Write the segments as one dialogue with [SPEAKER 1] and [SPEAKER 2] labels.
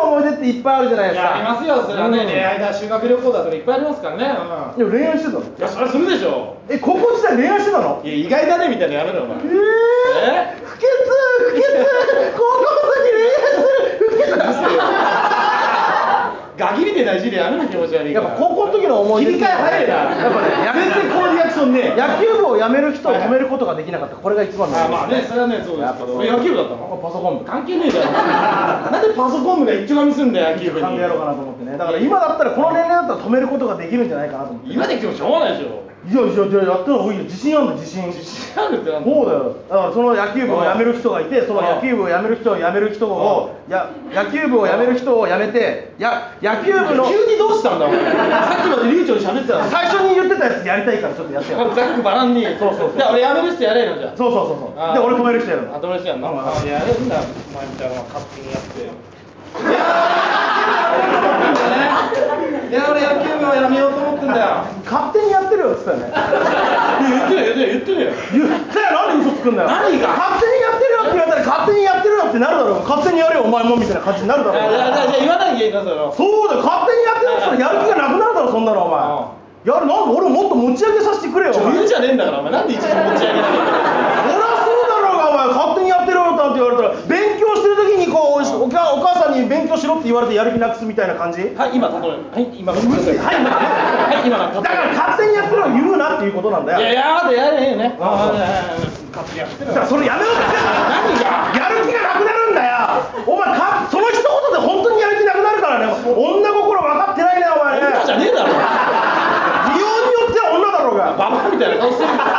[SPEAKER 1] ぱいあるじゃない
[SPEAKER 2] い
[SPEAKER 1] ですか
[SPEAKER 2] やありますよそれはね、
[SPEAKER 1] うん
[SPEAKER 2] 恋愛だ修学旅行だとかいっぱいありますからね、うん、
[SPEAKER 1] でも恋愛してたの
[SPEAKER 2] いやそれするでしょ
[SPEAKER 1] え高校時代恋愛してたの
[SPEAKER 2] いや意外だねみたいなのやめろお前
[SPEAKER 1] ええ不潔不潔高校生に恋愛する不潔
[SPEAKER 2] ガキみてないじりやめろ気持ち悪い
[SPEAKER 1] や
[SPEAKER 2] か
[SPEAKER 1] っ
[SPEAKER 2] ら
[SPEAKER 1] ぱ高校の時の思い
[SPEAKER 2] 切
[SPEAKER 1] 出
[SPEAKER 2] り替え早いな
[SPEAKER 1] やっぱねやめ
[SPEAKER 2] 全然こうリアクションねえ
[SPEAKER 1] 野球部を辞める人を止めることができなかったこれが一番の
[SPEAKER 2] あまあねそれはねそうで
[SPEAKER 1] や
[SPEAKER 2] すけ
[SPEAKER 1] っぱ
[SPEAKER 2] どそれ野球部だった
[SPEAKER 1] パ
[SPEAKER 2] の
[SPEAKER 1] ソコン部
[SPEAKER 2] 関係ねえじゃんなんでパソコン部が一丁紙すんだよ野球部
[SPEAKER 1] 噛ん
[SPEAKER 2] に
[SPEAKER 1] でやろうかなと思ってねだから今だったらこの年齢だったら止めることができるんじゃないかなと思ってい
[SPEAKER 2] 今できてもしょうがないでしょ
[SPEAKER 1] やいやいややった方がいいよ自信あるの自信
[SPEAKER 2] なんでってなんだ
[SPEAKER 1] そうだよだからその野球部を辞める人がいてその野球部を辞める人を辞める人をや野球部を辞める人を辞めてや野球部の
[SPEAKER 2] 急にどうしたんだお前さっきまで流暢に喋ってたのに
[SPEAKER 1] 最初に言ってたやつやりたいからちょっとやってよ
[SPEAKER 2] ざっくばらんに
[SPEAKER 1] そうそうそう
[SPEAKER 2] じゃあ俺やめる人やれよじゃ
[SPEAKER 1] そうそうそうそう
[SPEAKER 2] あー
[SPEAKER 1] で俺止める人やる
[SPEAKER 2] あ後
[SPEAKER 1] の
[SPEAKER 2] の人やんな
[SPEAKER 1] うん
[SPEAKER 2] あやるんだお前みたいなのが勝手にやっていや俺野球部をやめようと思ってんだよ
[SPEAKER 1] 勝手にやってるよっつったよね
[SPEAKER 2] 言ってる言ってる言ってるよ
[SPEAKER 1] 言ったよなんで嘘つくんだよ
[SPEAKER 2] 何が
[SPEAKER 1] 勝手にやってるよって言われたら勝手にやってるよってなるだろう勝手にやれよお前もみたいな感じになるだ
[SPEAKER 2] じゃあじゃ
[SPEAKER 1] ろう
[SPEAKER 2] あじゃあ言わなきゃいいんだそれを
[SPEAKER 1] そうだよ勝手にやってるって言ったらやる気がなくなるだろそんなのお前やるなんで俺もっと持ち上げさせてくれよお
[SPEAKER 2] 女
[SPEAKER 1] 前
[SPEAKER 2] 優じゃねえんだからお前なんで一時持ち上げなきゃいけない
[SPEAKER 1] そりゃそうだろうがお前勝手にやってろよなんて言われたら勉強してる時にこうおお母お母さんに勉強しろって言われてやる気なくすみたいな感じだか
[SPEAKER 2] はい今例えはい今むずいはい今はい今の例
[SPEAKER 1] ら勝手にやってろよ言うなっていうことなんだ
[SPEAKER 2] えいやい
[SPEAKER 1] よ
[SPEAKER 2] やだやれへんよね
[SPEAKER 1] あそう
[SPEAKER 2] あー勝手にやってる
[SPEAKER 1] だからそれやめろっ
[SPEAKER 2] 何
[SPEAKER 1] て
[SPEAKER 2] が
[SPEAKER 1] やる気がなくなるんだよお前かその一言で本当にやる気なくなるからね女心分かってないねお前ね
[SPEAKER 2] 女じゃねえだろ
[SPEAKER 1] 利用によっては女だろうが
[SPEAKER 2] ババアみたいな顔してるんだよ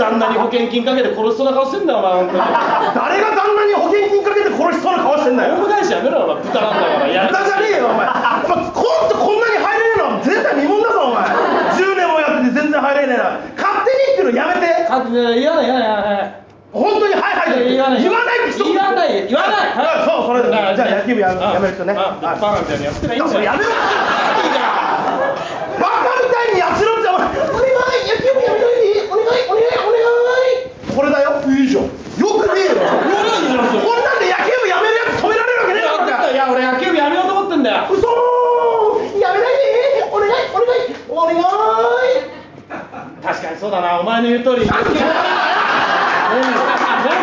[SPEAKER 2] 旦那に保険金かけて殺しそうな顔してんだよお前本当に
[SPEAKER 1] 誰が旦那に保険金かけて殺しそうな顔してんだ
[SPEAKER 2] オ
[SPEAKER 1] よ
[SPEAKER 2] ウム返しやめろお前豚なんだからや
[SPEAKER 1] 無
[SPEAKER 2] る
[SPEAKER 1] 駄じゃねえよお前お前コントこんなに入れねえのは絶対見もんだぞお前10年もやってて全然入れねえな勝手にっていうのやめて
[SPEAKER 2] 勝手に言わない言わない
[SPEAKER 1] 本当にはいはい
[SPEAKER 2] 言わない
[SPEAKER 1] 言わないって一言
[SPEAKER 2] 言わない言わない
[SPEAKER 1] あそうそれじゃあ野球部ややめる人ね
[SPEAKER 2] あ
[SPEAKER 1] はい
[SPEAKER 2] あバカみたいにやってないい
[SPEAKER 1] だ
[SPEAKER 2] ん
[SPEAKER 1] か
[SPEAKER 2] だ
[SPEAKER 1] らや
[SPEAKER 2] よ
[SPEAKER 1] めろバカみたいにやしろってお前お願い野球部やめないでお願いお願いお願いこれだよいいじゃんよくねえよ
[SPEAKER 2] いいじゃんそれ
[SPEAKER 1] こんなんで野球部やめるやつ止められるわけねえだろう
[SPEAKER 2] いや俺
[SPEAKER 1] が
[SPEAKER 2] 野球部やめようと思ってんだよ
[SPEAKER 1] 嘘ーやめないでお願いお願いお願い
[SPEAKER 2] 確かにそうだなお前の言う通り
[SPEAKER 1] バカじゃんバカだろ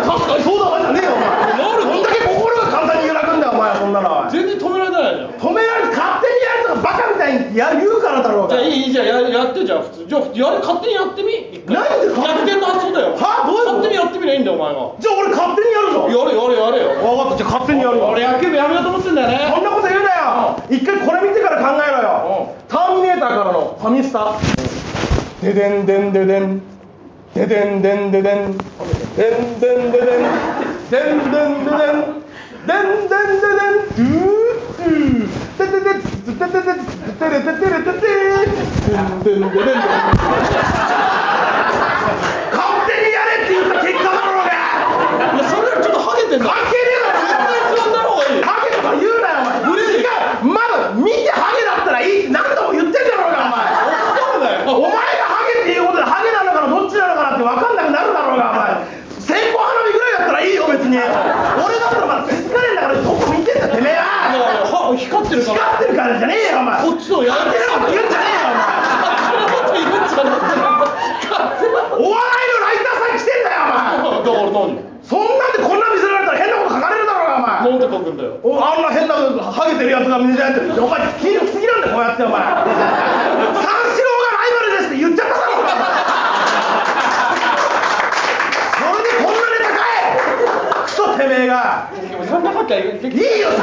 [SPEAKER 1] 確かにそうだわじゃねえよお前
[SPEAKER 2] なる
[SPEAKER 1] こんだけ心が簡単に揺らぐんだよお前そんなのおい
[SPEAKER 2] 全然止められないじゃん
[SPEAKER 1] 止められる勝手にやるとかバカみたいにや言うからだろう
[SPEAKER 2] じ
[SPEAKER 1] が
[SPEAKER 2] ゃあいいいいじゃんややってじゃあ普通じゃあやれ勝手にやってみ一回
[SPEAKER 1] なんで勝手
[SPEAKER 2] 逆
[SPEAKER 1] に
[SPEAKER 2] 転の発想だよ
[SPEAKER 1] はどういうこ
[SPEAKER 2] 勝手
[SPEAKER 1] と
[SPEAKER 2] にやってみりゃいいんだよお前が
[SPEAKER 1] じゃあ俺勝手にやるぞ
[SPEAKER 2] やれやれやれよ
[SPEAKER 1] 分かったじゃあ勝手にやるよ
[SPEAKER 2] 俺野球部やめようと思ってんだよ
[SPEAKER 1] そ
[SPEAKER 2] ね
[SPEAKER 1] んなこと言うなよ一回これ見てから考えろよターミネーターからのファミスタででんでんででんででんでんででんでんでんででんでんでんでんでんでんでんでんでんドゥードゥーでででつでででつででででででででんでんでんでんでん勝手にやれって言った結果だろうが
[SPEAKER 2] いやそれよりちょっとハゲてんだ
[SPEAKER 1] 関係ねえだろ
[SPEAKER 2] 絶対座んだ方がいいよ
[SPEAKER 1] ハゲとか言うなよ
[SPEAKER 2] 無
[SPEAKER 1] お前
[SPEAKER 2] 理
[SPEAKER 1] 違うまだ見てハゲだったらいいって何度も言ってんだろうが
[SPEAKER 2] そうだ
[SPEAKER 1] お前お
[SPEAKER 2] よ
[SPEAKER 1] 前がハゲっていうことでハゲなのかなどっちなのかなって分かんなくなるだろうがお前線香花火ぐらいだったらいいよ別に俺だったらまだ気づかねえんだからどこ見てんだてめ
[SPEAKER 2] い
[SPEAKER 1] えは
[SPEAKER 2] やいや歯光ってるから
[SPEAKER 1] 光ってるからじゃねえよお前
[SPEAKER 2] こっちのや
[SPEAKER 1] 勝
[SPEAKER 2] る
[SPEAKER 1] 手なこと言うんじゃね
[SPEAKER 2] 勝手なこと言うんじゃねえ勝手な
[SPEAKER 1] えよお前お笑いのライターさん来てんだよお前
[SPEAKER 2] だから何
[SPEAKER 1] そんなんでこんな見せられたら変なこと書かれるだろうがお
[SPEAKER 2] な
[SPEAKER 1] 前
[SPEAKER 2] んで書くんだよ
[SPEAKER 1] おあんな変なハゲてるやつが見せられてお前筋力すぎなんだよこうやってお前三四郎がライバルですって言っちゃっただろお前それでこんなネタかいクソてめえが
[SPEAKER 2] でもそんなばっか言って
[SPEAKER 1] いいよ富谷さん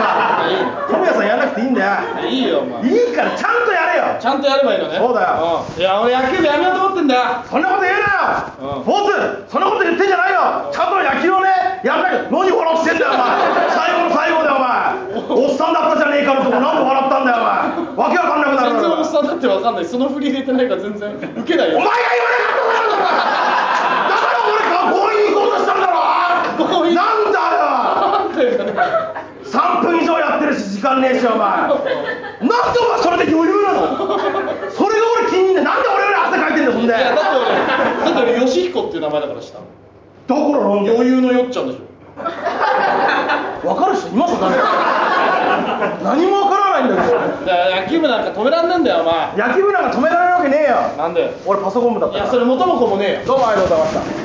[SPEAKER 1] は富谷さんやらなくていいんだよ
[SPEAKER 2] いいよお前
[SPEAKER 1] いいからちゃんとやれよ
[SPEAKER 2] ちゃんとやればいいのね
[SPEAKER 1] そうだよ
[SPEAKER 2] うんいや俺野球部やめようと思ってんだよ
[SPEAKER 1] そんなこと言うなよ、
[SPEAKER 2] うん
[SPEAKER 1] ボスそんなこと言ってんじゃないよちゃんと野球をねやんなきゃ何笑ってんだよお前最後の最後でお前おっさんだったじゃねえかのとこ何で笑ったんだよお前わけわかんなくな
[SPEAKER 2] 全
[SPEAKER 1] るだ
[SPEAKER 2] 然お
[SPEAKER 1] ろ
[SPEAKER 2] っさんだってわかんないその振り入れてないから全然ウケない
[SPEAKER 1] お前
[SPEAKER 2] よ
[SPEAKER 1] が言わなかったからだろお前だから俺が強引に行こうとしたんだろ
[SPEAKER 2] 強引
[SPEAKER 1] なんだ
[SPEAKER 2] な
[SPEAKER 1] よ
[SPEAKER 2] んだよ
[SPEAKER 1] 3分以上やってるし時間ねえしお前なんでお前それで余裕なのそれが俺気に入んねえなんで俺より汗かいてんだよそん
[SPEAKER 2] い
[SPEAKER 1] で
[SPEAKER 2] やだって俺だって俺ヨシヒコっていう名前だからした
[SPEAKER 1] だからなんだよ
[SPEAKER 2] 余裕のよっちゃんでしょ
[SPEAKER 1] 分かる人います誰か何も分からないんだけど
[SPEAKER 2] 野球部なんか止めらんねえんだよお前
[SPEAKER 1] 野球部なんか止められるわけねえよ
[SPEAKER 2] なんで
[SPEAKER 1] 俺パソコン部だっ
[SPEAKER 2] い
[SPEAKER 1] た
[SPEAKER 2] や
[SPEAKER 1] から
[SPEAKER 2] それ元も子もねえよ
[SPEAKER 1] どうもありがとうございました